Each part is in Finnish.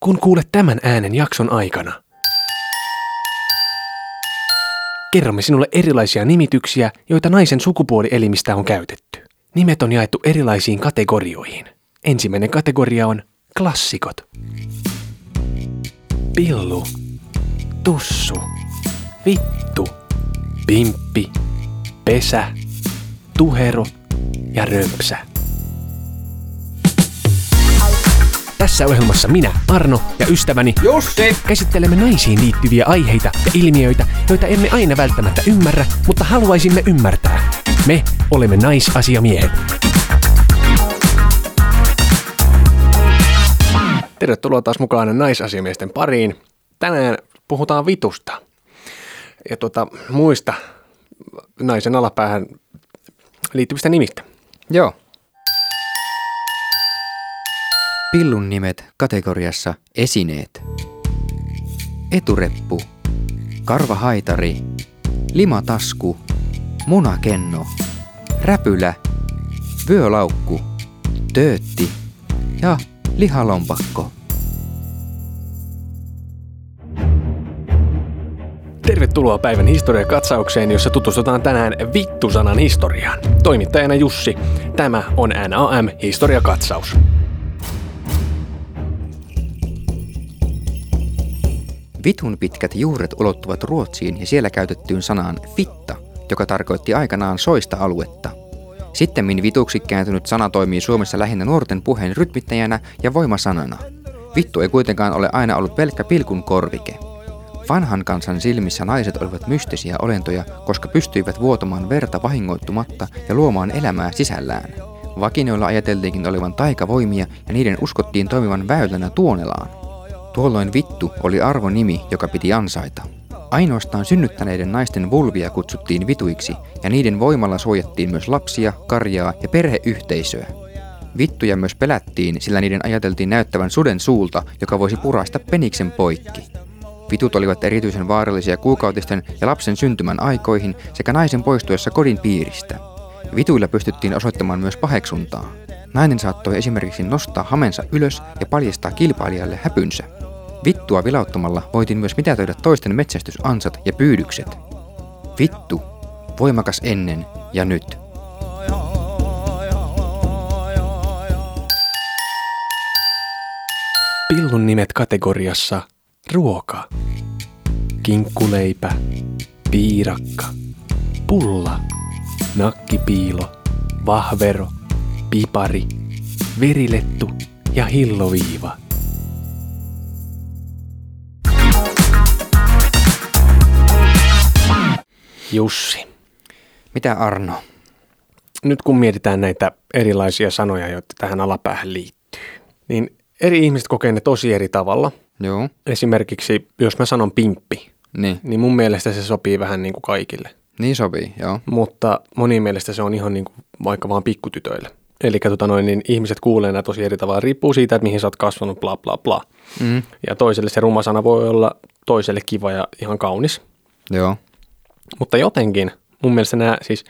kun kuulet tämän äänen jakson aikana. Kerromme sinulle erilaisia nimityksiä, joita naisen sukupuolielimistä on käytetty. Nimet on jaettu erilaisiin kategorioihin. Ensimmäinen kategoria on klassikot. Pillu. Tussu. Vittu. Pimppi. Pesä. Tuhero. Ja römpsä. Tässä ohjelmassa minä, Arno ja ystäväni Jussi! käsittelemme naisiin liittyviä aiheita ja ilmiöitä, joita emme aina välttämättä ymmärrä, mutta haluaisimme ymmärtää. Me olemme naisasiamiehet. Tervetuloa taas mukaan naisasiamiesten pariin. Tänään puhutaan vitusta. Ja tuota, muista naisen alapäähän liittyvistä nimistä. Joo. Pillun nimet kategoriassa esineet. Etureppu, karvahaitari, limatasku, munakenno, räpylä, vyölaukku, töötti ja lihalompakko. Tervetuloa päivän historiakatsaukseen, jossa tutustutaan tänään vittusanan historiaan. Toimittajana Jussi, tämä on NAM Historiakatsaus. Vitun pitkät juuret ulottuvat Ruotsiin ja siellä käytettyyn sanaan fitta, joka tarkoitti aikanaan soista aluetta. Sittemmin vituksi kääntynyt sana toimii Suomessa lähinnä nuorten puheen rytmittäjänä ja voimasanana. Vittu ei kuitenkaan ole aina ollut pelkkä pilkun korvike. Vanhan kansan silmissä naiset olivat mystisiä olentoja, koska pystyivät vuotamaan verta vahingoittumatta ja luomaan elämää sisällään. Vakinoilla ajateltiinkin olevan taikavoimia ja niiden uskottiin toimivan väylänä tuonelaan. Tuolloin vittu oli arvonimi, joka piti ansaita. Ainoastaan synnyttäneiden naisten vulvia kutsuttiin vituiksi, ja niiden voimalla suojattiin myös lapsia, karjaa ja perheyhteisöä. Vittuja myös pelättiin, sillä niiden ajateltiin näyttävän suden suulta, joka voisi purasta peniksen poikki. Vitut olivat erityisen vaarallisia kuukautisten ja lapsen syntymän aikoihin sekä naisen poistuessa kodin piiristä. Vituilla pystyttiin osoittamaan myös paheksuntaa. Nainen saattoi esimerkiksi nostaa hamensa ylös ja paljastaa kilpailijalle häpynsä. Vittua vilauttamalla voitiin myös mitätöidä toisten metsästysansat ja pyydykset. Vittu. Voimakas ennen ja nyt. Pillun nimet kategoriassa ruoka, kinkkuleipä, piirakka, pulla, nakkipiilo, vahvero, pipari, verilettu ja hilloviiva. Jussi, Mitä Arno? nyt kun mietitään näitä erilaisia sanoja, joita tähän alapäähän liittyy, niin eri ihmiset kokee ne tosi eri tavalla – Joo. esimerkiksi, jos mä sanon pimppi, Niin. niin mun mielestä se sopii vähän niin kuin kaikille. Niin sopii, joo. Mutta monien mielestä se on ihan niin kuin vaikka vaan pikkutytöille. Eli tota noin, niin ihmiset kuulee nämä tosi eri tavalla, riippuu siitä, että mihin sä oot kasvanut, bla bla bla. Mm. Ja toiselle se ruma sana voi olla toiselle kiva ja ihan kaunis. Joo. Mutta jotenkin mun mielestä nämä siis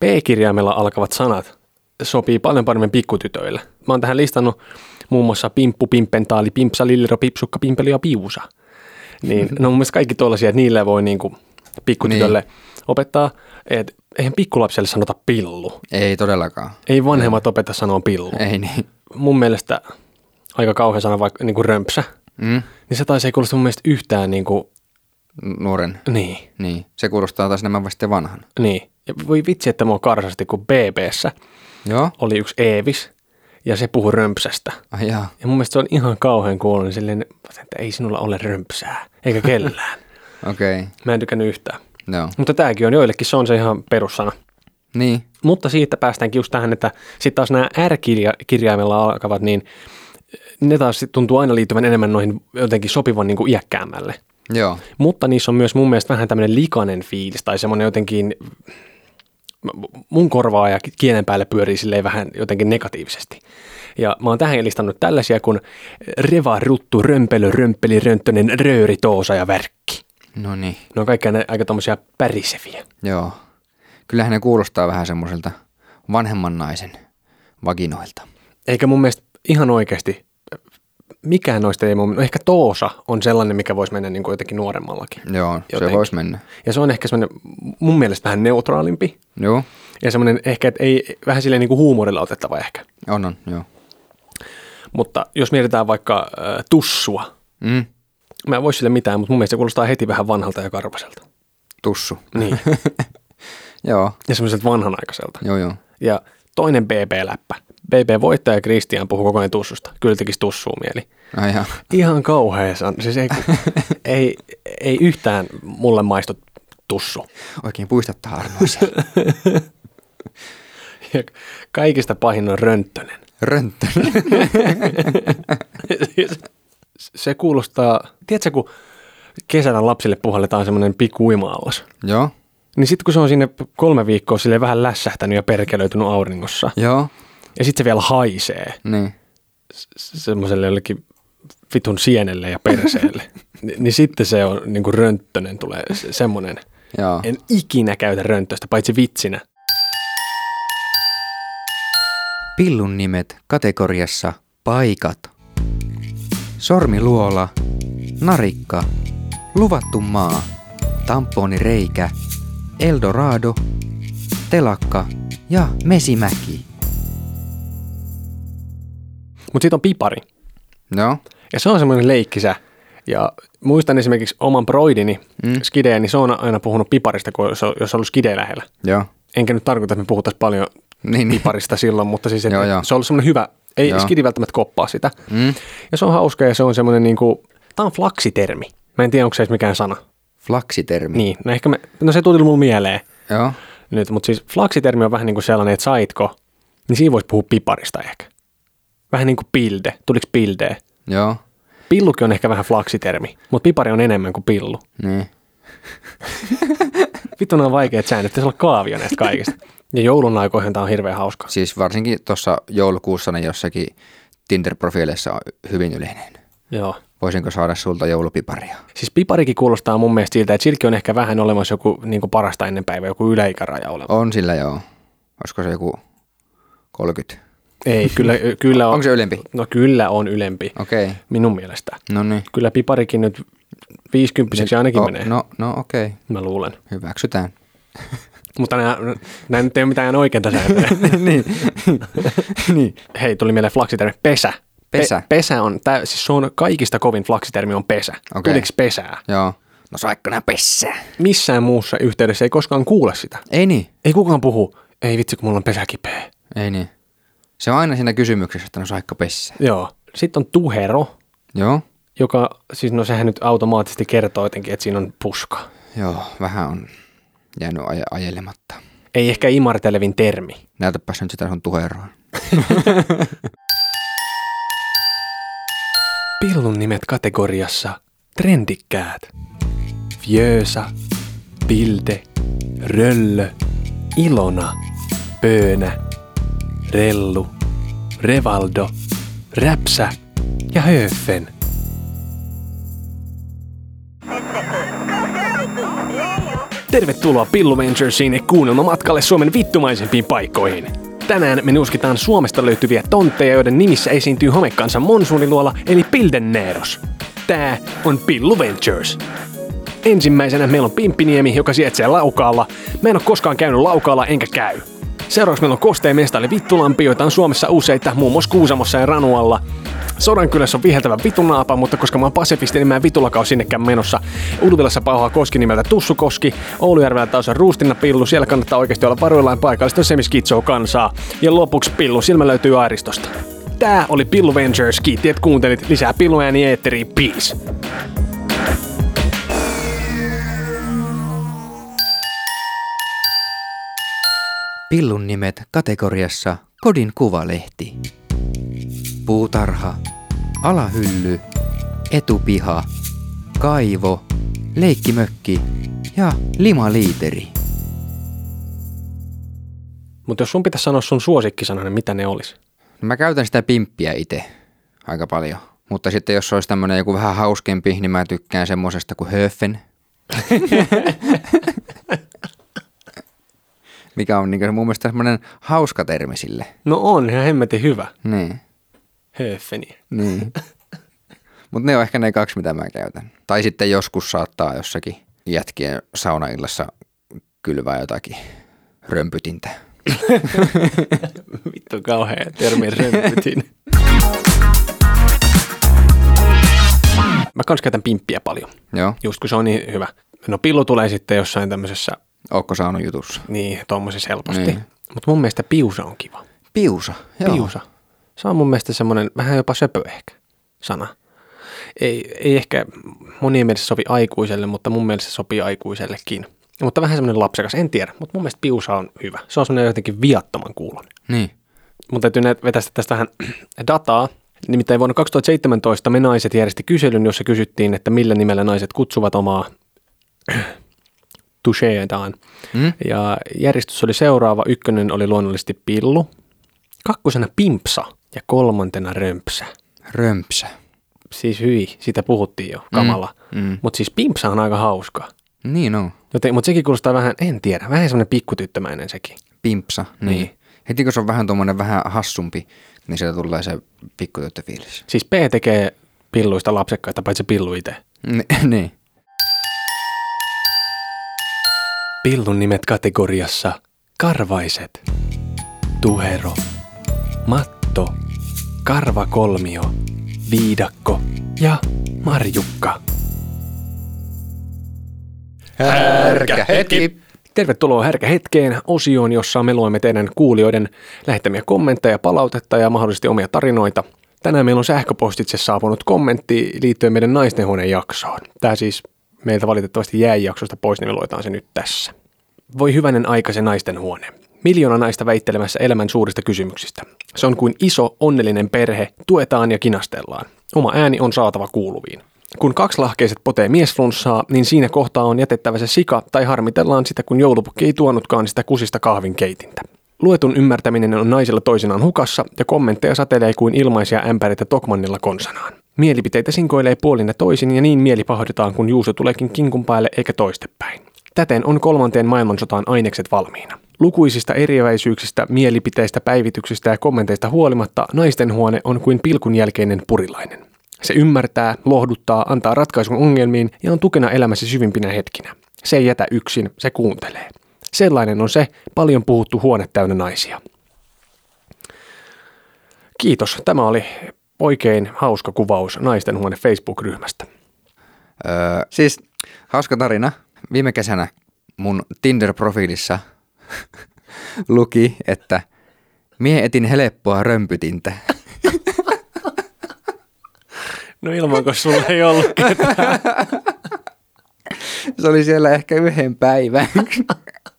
P-kirjaimella alkavat sanat sopii paljon paremmin pikkutytöille. Mä oon tähän listannut muun muassa pimppu, pimpentaali, pimpsa, lillero, pipsukka, pimpeli ja piusa. Niin ne on mun mielestä kaikki tuollaisia, että niillä voi niinku pikkutytölle niin. opettaa, että eihän pikkulapselle sanota pillu. Ei todellakaan. Ei vanhemmat opeta sanoa pillu. Ei niin. Mun mielestä aika kauhea sana vaikka niinku römpsä, Mm. niin se taisi ei kuulosta mun mielestä yhtään niinku, Nuoren. niin. Niin. Se kuulostaa taas enemmän vasta vanhan. Niin. Ja voi vitsi, että mua karsasti, kun BBssä Joo. oli yksi Eevis ja se puhui römpsästä. Ai jaa. Ja mun mielestä se on ihan kauhean kuulon silleen, että ei sinulla ole römpsää, eikä kellään. Okei. Okay. Mä en tykännyt yhtään. Joo. Mutta tämäkin on joillekin, se on se ihan perussana. Niin. Mutta siitä päästäänkin just tähän, että sitten taas nämä R-kirjaimella alkavat, niin ne taas sit tuntuu aina liittyvän enemmän noihin jotenkin sopivan niin kuin iäkkäämmälle. Joo. Mutta niissä on myös mun mielestä vähän tämmöinen likainen fiilis tai semmoinen jotenkin, mun korvaa ja kielen päälle pyörii silleen vähän jotenkin negatiivisesti. Ja mä oon tähän listannut tällaisia kuin reva, ruttu, römpelö, römpeli, rönttönen, rööri, toosa ja värkki. No niin. Ne on kaikkia nä- aika tommosia päriseviä. Joo. Kyllähän ne kuulostaa vähän semmoiselta vanhemman naisen vaginoilta. Eikä mun mielestä ihan oikeasti mikään noista ei mun, no ehkä toosa on sellainen, mikä voisi mennä niin kuin jotenkin nuoremmallakin. Joo, se Jotenkin. voisi mennä. Ja se on ehkä semmoinen mun mielestä vähän neutraalimpi Joo, ja semmoinen ehkä, että ei vähän silleen niin kuin huumorilla otettava ehkä. on on, joo. Mutta jos mietitään vaikka äh, tussua, Mm, mä en voi sille mitään, mutta mun mielestä se kuulostaa heti vähän vanhalta ja karvaselta. tussu. Niin. Joo, ja semmoiselta vanhanaikaiselta. joo, joo. Ja toinen BB-läppä. BB-voittaja Christian puhuu koko ajan tussusta. Kyllä tekisi tussuu mieli. Ai jaa. Ihan kauhea san. Siis ei, ei, ei yhtään mulle maistu tussu. Oikein puistattaa armoisen. Ja kaikista pahin on rönttönen. Rönttönen. Siis se kuulostaa, tiedätkö kun kesällä lapsille puhalletaan semmoinen pikkuimaallas. joo, Niin sitten kun se on sinne kolme viikkoa sille vähän lässähtänyt ja perkelöitynyt auringossa, joo, ja sitten se vielä haisee niin. s- semmoiselle jollekin vitun sienelle ja perseelle, Ni, niin sitten se on niin kuin rönttönen tulee se, semmoinen. Joo. En ikinä käytä rönttöstä, paitsi vitsinä. Pillun nimet kategoriassa paikat. Sormiluola, narikka, luvattu maa, tamponireikä, Eldorado, telakka ja mesimäki. Mutta sitten on pipari. No, Ja se on semmoinen leikkisä. Ja muistan esimerkiksi oman broidini, Mm. mm. skideen, niin se on aina puhunut piparista, kun jos on, jos on ollut skide lähellä. joo. Enkä nyt tarkoita, että me puhutaan paljon Niin, niin. piparista silloin, mutta siis että Joo, joo. se on ollut semmoinen hyvä. Ei Joo. joo. skidi välttämättä koppaa sitä. Mm. Ja se on hauska ja se on semmoinen niin kuin, tämä on flaksitermi. Mä en tiedä, onko se edes mikään sana. Flaksitermi. Niin, no, ehkä me, no se tuli mun mieleen Joo. nyt, mutta siis flaksitermi on vähän niin kuin sellainen, että saitko, niin siinä voisi puhua piparista ehkä. Vähän niin kuin pilde, tuliko pildeä? Joo. Pillukin on ehkä vähän flaksitermi, mutta pipari on enemmän kuin pillu. Niin. Vittuna on vaikeat säännöt, pitäisi olla kaavio näistä kaikista. Ja joulun aikoihin tämä on hirveän hauska. Siis varsinkin tuossa joulukuussa niin jossakin Tinder-profiileissa on hyvin yleinen. Joo. Voisinko saada sulta joulupiparia? Siis piparikin kuulostaa mun mielestä siltä, että silläkin on ehkä vähän olemassa joku niin kuin parasta ennen päivä, joku yläikäraja olemassa. On sillä joo. Olisiko se joku 30? Ei, kyllä, kyllä on. Onko Oh. se Oh. ylempi? No kyllä on ylempi, Okei. Okay. minun mielestä. No niin. Kyllä piparikin nyt 50 ainakin O- menee, No, no okei. Okay. mä luulen. Hyväksytään. Mutta nämä, nämä nyt ei ole mitään oikeita sääntöjä. niin. niin. Hei, tuli mieleen flaksitermi pesä. Pesä. Pe- pesä on, tää, siis se on kaikista kovin flaksitermi on pesä. Okei. Okay. Tuliko pesää? Joo. No saikko nää pessää? Missään muussa yhteydessä ei koskaan kuule sitä. Ei niin. Ei kukaan puhu, ei vitsi kun mulla on pesä kipeä. Ei niin. Se on aina siinä kysymyksessä, että no saikko pessää? Joo. Sitten on tuhero, Joo. joka, siis no sehän nyt automaattisesti kertoo jotenkin, että siinä on puska. Joo, vähän on jäänyt aje- ajelematta. Ei ehkä imartelevin termi. Näytäpäs nyt sitä sun tuheroa. Pillun nimet kategoriassa trendikkäät. Fjösa, Pilde, Röllö, Ilona, Pöönä, Rellu, Revaldo, Räpsä ja Höfen. Tervetuloa Pillu Venturesiin ja kuunnelma matkalle Suomen vittumaisempiin paikkoihin. Tänään me nuuskitaan Suomesta löytyviä tontteja, joiden nimissä esiintyy homekansa monsuuniluola eli Pildenneeros. Tää on Pillu Ventures. Ensimmäisenä meillä on Pimppiniemi, joka sijaitsee Laukaalla. Mä en ole koskaan käynyt Laukaalla enkä käy. Seuraavaksi meillä on Kosteen mestari Vittulampi, joita on Suomessa useita, muun muassa Kuusamossa ja Ranualla. Sodankylässä on viheltävä vitunaapa, mutta koska mä oon pasifisti, niin mä en vitulakaan ole sinnekään menossa. Ulvilassa pauhaa koski nimeltä Tussukoski, Oulujärvellä taas on Ruustinna Pillu, siellä kannattaa oikeasti olla varuillaan paikallista semiskitsoa kansaa. Ja lopuksi Pillu, silmä löytyy Airistosta. Tää oli Pillu Ventures, kiitti et kuuntelit, lisää pilluääni eetteriin, peace! Pillun nimet kategoriassa kodin kuvalehti. Puutarha, alahylly, etupiha, kaivo, leikkimökki ja limaliiteri. Mutta jos sun pitäisi sanoa sun suosikkisana, niin mitä ne olisi? No Mä käytän sitä pimppiä itse aika paljon. Mutta sitten jos olisi tämmöinen joku vähän hauskempi, niin mä tykkään semmosesta kuin höfen. Mikä on niin mun mielestä semmoinen hauska termi sille. No on, ihan hemmetin hyvä. Niin, Höfeni. niin. Mutta ne on ehkä ne kaksi, mitä mä käytän. Tai sitten joskus saattaa jossakin jätkien saunaillassa kylvää jotakin römpytintä. Vittu kauhea termi römpytin. Mä kans käytän pimppiä paljon, Joo, just kun se on niin hyvä. No pillu tulee sitten jossain tämmöisessä, ootko saanut jutussa? niin tommosessa helposti. Niin. Mutta mun mielestä piusa on kiva. Piusa. Joo. Piusa. Se on mun mielestä semmoinen vähän jopa söpö ehkä sana. Ei, ei ehkä monien mielestä sovi aikuiselle, mutta mun mielestä se sopii aikuisellekin. Mutta vähän semmoinen lapsekas, en tiedä, mutta mun mielestä piusa on hyvä. Se on semmoinen jotenkin viattoman kuulon. Niin. Mun täytyy näet- vetää sitten tästä vähän dataa. Nimittäin vuonna 2017 me naiset järjesti kyselyn, jossa kysyttiin, että millä nimellä naiset kutsuvat omaa toucheetaan. Mm? Ja järjestys oli seuraava. Ykkönen oli luonnollisesti pillu, kakkosena pimpsa ja kolmantena römpsä. Römpsä. Siis hyi, siitä puhuttiin jo, kamala. Mm. Mm. Mutta siis pimpsa on aika hauska. Niin on. Joten, mutta sekin kuulostaa vähän, en tiedä, vähän semmoinen pikkutyttömäinen sekin. Pimpsa. Niin. Niin. niin. Heti kun se on vähän tuommoinen vähän hassumpi, niin sieltä tulee se pikkutyttöfiilis. Siis P tekee pilluista lapsekkaita, paitsi pillu itse. Ni- niin. Pillun nimet kategoriassa Karvaiset, Tuhero, Matto, Karvakolmio, Viidakko ja Marjukka. Härkä hetki. Tervetuloa Härkä hetkeen osioon, jossa me luemme teidän kuulijoiden lähettämiä kommentteja, palautetta ja mahdollisesti omia tarinoita. Tänään meillä on sähköpostitse saapunut kommentti liittyen meidän naistenhuoneen jaksoon. Tämä siis meiltä valitettavasti jäi jaksosta pois, niin me luetaan se nyt tässä. Voi hyvänen aika se naisten huone. Miljoona naista väittelemässä elämän suurista kysymyksistä. Se on kuin iso, onnellinen perhe, tuetaan ja kinastellaan. Oma ääni on saatava kuuluviin. Kun kaksilahkeiset potee miesflunssaa, niin siinä kohtaa on jätettävä se sika tai harmitellaan sitä, kun joulupukki ei tuonutkaan sitä kusista kahvinkeitintä. Luetun ymmärtäminen on naisilla toisinaan hukassa ja kommentteja satelee kuin ilmaisia ämpäreitä Tokmannilla konsanaan. Mielipiteitä sinkoilee puolin ja toisin ja niin mieli pahoitetaan, kun Juuso tuleekin kinkun päälle eikä toistepäin. Täten on kolmanteen maailmansotaan ainekset valmiina. Lukuisista eriäväisyyksistä, mielipiteistä, päivityksistä ja kommenteista huolimatta naisten huone on kuin pilkun jälkeinen purilainen. Se ymmärtää, lohduttaa, antaa ratkaisun ongelmiin ja on tukena elämäsi syvimpinä hetkinä. Se ei jätä yksin, se kuuntelee. Sellainen on se paljon puhuttu huone täynnä naisia. Kiitos. Tämä oli oikein hauska kuvaus naisten huone Facebook-ryhmästä. Öö, siis hauska tarina. Viime kesänä mun Tinder-profiilissa luki, että mie etin helppoa römpytintä. No ilmanko sulla ei ollut Se oli siellä ehkä yhden päivän.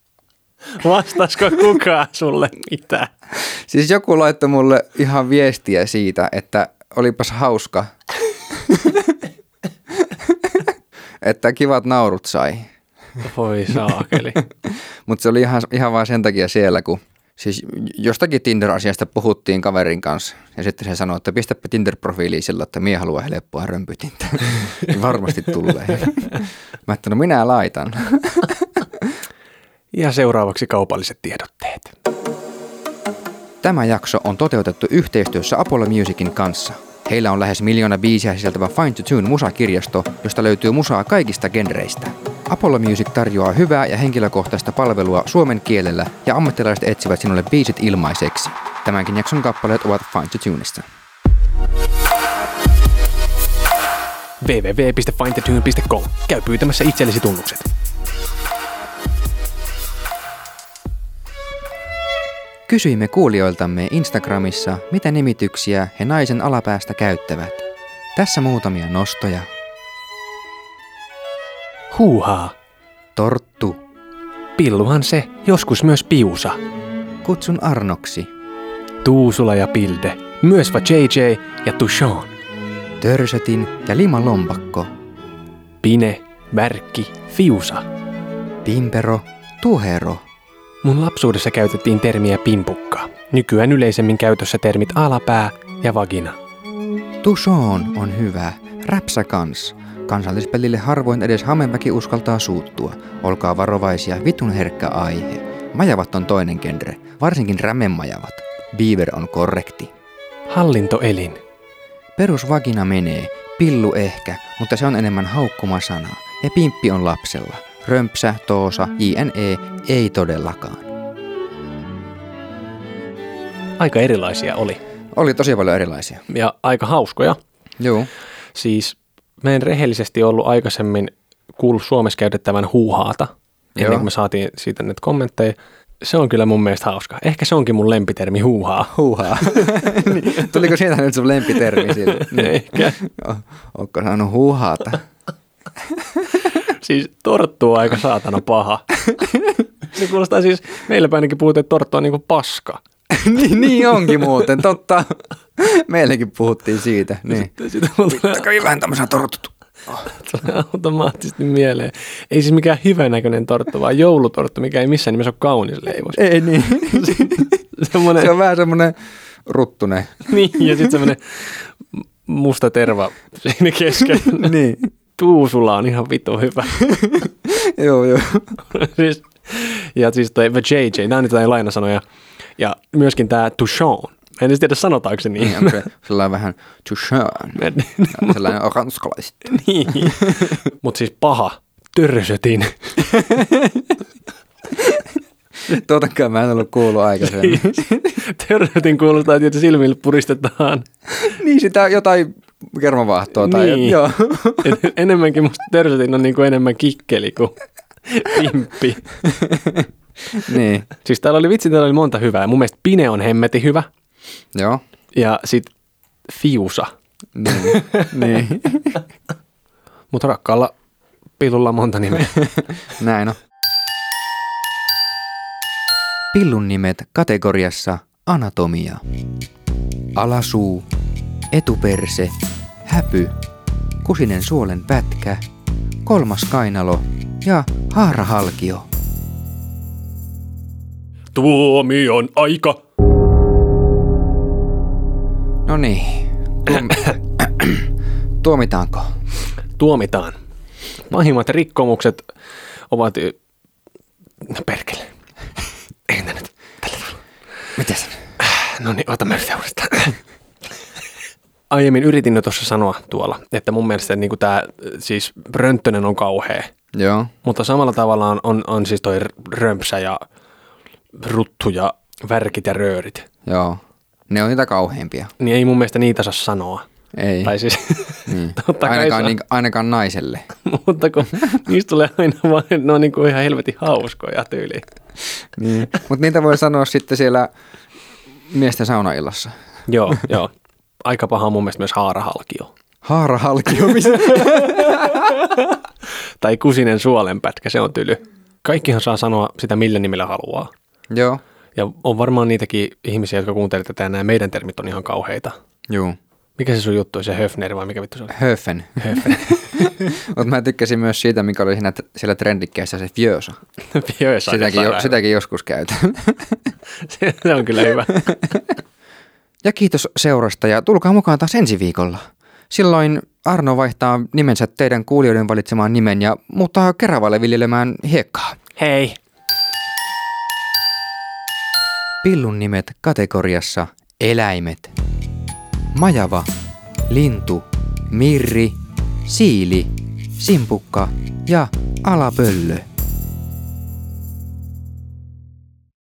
Vastasko kukaan sulle mitään? Siis joku laittoi mulle ihan viestiä siitä, että olipas hauska. että kivat naurut sai. Voi saakeli. Mutta se oli ihan, ihan vaan sen takia siellä, kun siis jostakin Tinder-asiasta puhuttiin kaverin kanssa. Ja sitten se sanoi, että pistäpä Tinder-profiiliin sillä, että mie haluaa helppoa römpytintä. Niin Varmasti tulee. Mä että no minä laitan. Ja seuraavaksi kaupalliset tiedotteet. Tämä jakso on toteutettu yhteistyössä Apollo Musicin kanssa. Heillä on lähes miljoona biisiä sisältävä Fine to Tune musakirjasto, josta löytyy musaa kaikista genreistä. Apollo Music tarjoaa hyvää ja henkilökohtaista palvelua suomen kielellä ja ammattilaiset etsivät sinulle biisit ilmaiseksi. Tämänkin jakson kappaleet ovat Fine to Tuneista. www.findthetune.com. Käy pyytämässä itsellesi tunnukset. Kysyimme kuulijoiltamme Instagramissa, mitä nimityksiä he naisen alapäästä käyttävät. Tässä muutamia nostoja. Huuhaa. Torttu. Pilluhan se, joskus myös piusa. Kutsun Arnoksi. Tuusula ja Pilde. Myös va JJ ja Tushon. Törsötin ja limalompakko. Pine, Värkki, Fiusa. Pimpero, tuhero, Mun lapsuudessa käytettiin termiä pimpukka. Nykyään yleisemmin käytössä termit alapää ja vagina. tusoon on hyvä, räpsä kans. Kansallispelille harvoin edes Hamenväki uskaltaa suuttua. Olkaa varovaisia, vitun herkkä aihe. Majavat on toinen genre, varsinkin rämemajavat. Beaver on korrekti. Hallintoelin. Perusvagina menee, Pillu ehkä, mutta se on enemmän haukkumasana. Ja pimppi on lapsella. Römpsä, toosa, jne. ei todellakaan. Aika erilaisia oli Oli tosi paljon erilaisia. ja aika hauskoja. Joo. Siis mä en rehellisesti ollut aikaisemmin kuullut Suomessa käytettävän huuhaata, ennen Joo. kuin me saatiin siitä näitä kommentteja. Se on kyllä mun mielestä hauska. Ehkä se onkin mun lempitermi huuhaa. Huuhaa. Niin, Tuliko siitä nyt sun lempitermi siitä? Niin. Ehkä. O- Ootko saanut huuhaata? Siis torttu on aika saatana paha. Se kuulostaa siis, meillä päin ainakin puhutaan, että torttu on niinku paska. niin, niin onkin muuten, totta. Meilläkin puhuttiin siitä. Niin. Sitten mulla tulee Kävi vähän tämmöisenä tortuttu. tulee automaattisesti mieleen. Ei siis mikään hyvänäköinen torttu, vaan joulutorttu, mikä ei missään nimessä ole kaunis leivos. Ei niin. Semmoinen, Se on vähän semmoinen ruttune. niin, ja sitten semmoinen musta terva siinä keskellä. niin. Tuusula on ihan vittu hyvä. Joo, joo. siis, ja siis toi JJ, nämä on nyt jotain lainasanoja. Ja myöskin tämä Touchon. Mä en edes tiedä sanotaanko se niin. Niin, onko se sellainen vähän tushön. Sellainen ranskalaisittain. niin. Mutta siis paha. Törsötin. Tuotakaan mä en ollut kuullut aikaisemmin. Törsötin kuulostaa, että silmille puristetaan. niin, sitä jotain kermavaahtoa tai Niin. joo. Et enemmänkin musta törsötin on niinku enemmän kikkeli kuin pimppi. niin. Siis täällä oli vitsi, täällä oli monta hyvää. Mun mielestä Pine on hemmeti hyvä. Joo. Ja sit Fiusa. Niin. niin. Mutta rakkaalla pillulla on monta nimeä. Näin on. Pillun nimet kategoriassa anatomia. Alasuu, etuperse, häpy, kusinen suolen pätkä, kolmas kainalo ja haarahalkio. Tuomion aika. No niin. Tuom- Tuomitaanko? Tuomitaan. Pahimmat rikkomukset ovat... y- No perkele. Eihän tää nyt. Mitäs? No niin, ota mä yritän uudestaan. Aiemmin yritin jo tuossa sanoa tuolla, että mun mielestä niin tämä siis Rönttönen on kauhea. Joo. Mutta samalla tavalla on, on, on siis toi r- römpsä ja ruttu ja värkit ja röörit. Joo. Ne on niitä kauheimpia. Niin ei mun mielestä niitä saa sanoa. Ei. Tai siis, niin. totta kai ainakaan, saa. niin, ainakaan naiselle. mutta kun niistä tulee aina vaan, että ne on niin kuin ihan helvetin hauskoja tyyliin. Niin. Mutta niitä voi sanoa sitten siellä miesten saunaillassa. Joo, joo. Aika paha on mun mielestä myös haarahalkio. Haarahalkio, missä? Tai kusinen suolenpätkä, se on tyly. Kaikkihan saa sanoa sitä millä nimellä haluaa. Joo. Ja on varmaan niitäkin ihmisiä, jotka kuuntelee tätä, ja nämä meidän termit on ihan kauheita. Juu. Mikä se sun juttu on, se Höfner vai mikä vittu se oli? Höfen. Höfner. Mutta mä tykkäsin myös siitä, mikä oli siinä, siellä trendikkäässä se fjösa. Jöös aika Sitäkin, jo, sairaan. sitäkin joskus käytän. Se- se on kyllä hyvä. Ja kiitos seurasta ja tulkaa mukaan taas ensi viikolla. Silloin Arno vaihtaa nimensä teidän kuulijoiden valitsemaan nimen ja muuttaa Keravalle viljelemään hiekkaa. Hei! Pillun nimet kategoriassa eläimet. Majava, lintu, mirri, siili, simpukka ja alapöllö.